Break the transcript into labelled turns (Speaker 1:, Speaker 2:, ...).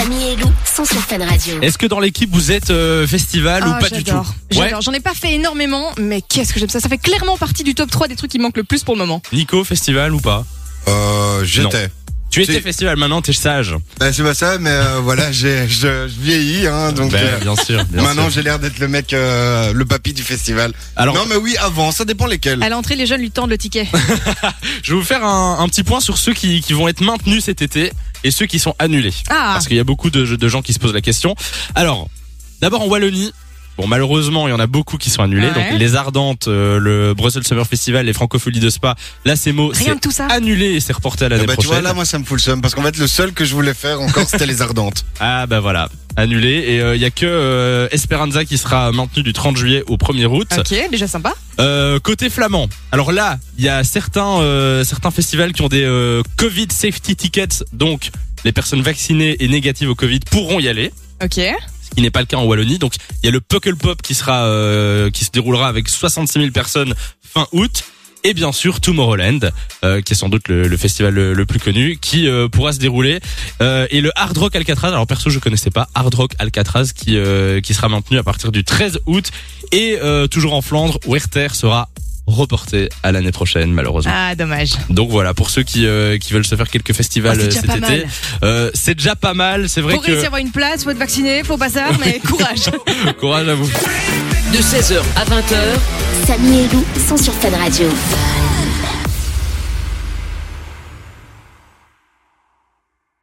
Speaker 1: Samy et Lou sont sur Fun Radio.
Speaker 2: Est-ce que dans l'équipe vous êtes euh, festival
Speaker 3: Ah,
Speaker 2: ou pas du tout
Speaker 3: j'adore.
Speaker 2: Ouais,
Speaker 3: J'adore. J'en ai pas fait énormément, mais qu'est-ce que j'aime ça. Ça fait clairement partie du top 3 des trucs qui me manquent le plus pour le moment.
Speaker 2: Nico, festival ou pas
Speaker 4: Euh, j'étais.
Speaker 2: Tu étais
Speaker 4: Si.
Speaker 2: festival, maintenant t'es sage.
Speaker 4: Bah, c'est pas ça, mais euh, voilà, j'ai, je, je vieillis, hein, donc.
Speaker 2: Ben,
Speaker 4: euh,
Speaker 2: bien sûr. bien
Speaker 4: Maintenant,
Speaker 2: sûr.
Speaker 4: j'ai l'air d'être le mec, euh, le papy du festival.
Speaker 2: Alors, Ah,
Speaker 4: non, mais oui, avant, ça dépend
Speaker 2: Euh.
Speaker 4: lesquels.
Speaker 3: À l'entrée, les jeunes lui tendent le ticket.
Speaker 2: je vais vous faire un, un petit point sur ceux qui, qui vont être maintenus cet été et ceux qui sont annulés.
Speaker 3: Ah,
Speaker 2: Parce qu'il y a beaucoup de, de gens qui se posent la question. Alors, d'abord en Wallonie. Bon, malheureusement, il y en a beaucoup qui sont annulés.
Speaker 3: Ouais.
Speaker 2: Donc, les Ardentes, euh, le Brussels Summer Festival, les Francopholies de Spa, là, c'est mot,
Speaker 3: rien
Speaker 2: c'est
Speaker 3: de tout ça.
Speaker 2: annulé et c'est reporté à
Speaker 4: Ah
Speaker 2: l'année
Speaker 4: bah, tu
Speaker 2: prochaine.
Speaker 4: vois, là, moi, ça me fout le seum, parce qu'en fait, le seul que je voulais faire encore, c'était les Ardentes.
Speaker 2: Ah bah voilà, annulé. Et euh, il y a que euh, Esperanza qui sera maintenu du 30 juillet au 1er août.
Speaker 3: Ok, déjà sympa.
Speaker 2: Euh, côté flamand, alors là, il y a certains euh, certains festivals qui ont des euh, Covid safety tickets, donc les personnes vaccinées et négatives au Covid pourront y aller,
Speaker 3: Ok.
Speaker 2: ce qui n'est pas le cas en Wallonie. Donc il y a le Puckle Pop qui sera euh, qui se déroulera avec 66 000 personnes fin août. Et bien sûr Tomorrowland, euh, qui est sans doute le, le festival le, le plus connu, qui euh, pourra se dérouler. Euh, et le Hard Rock Alcatraz, alors perso je connaissais pas, Hard Rock Alcatraz qui, euh, qui sera maintenu à partir du 13 août. Et euh, toujours en Flandre, Werther sera reporté à l'année prochaine malheureusement.
Speaker 3: Ah, dommage.
Speaker 2: Donc voilà, pour ceux qui, euh, qui veulent se faire quelques
Speaker 3: Oh,
Speaker 2: festivals
Speaker 3: c'est
Speaker 2: euh,
Speaker 3: déjà
Speaker 2: cet
Speaker 3: pas
Speaker 2: été,
Speaker 3: mal.
Speaker 2: euh, c'est déjà pas mal, c'est vrai
Speaker 3: Pour réussir à avoir une place, faut être vacciné, faut pas ça, mais courage.
Speaker 2: que... Courage à vous.
Speaker 5: De 16h à 20h,
Speaker 1: Samy et Lou sont sur Fun Radio.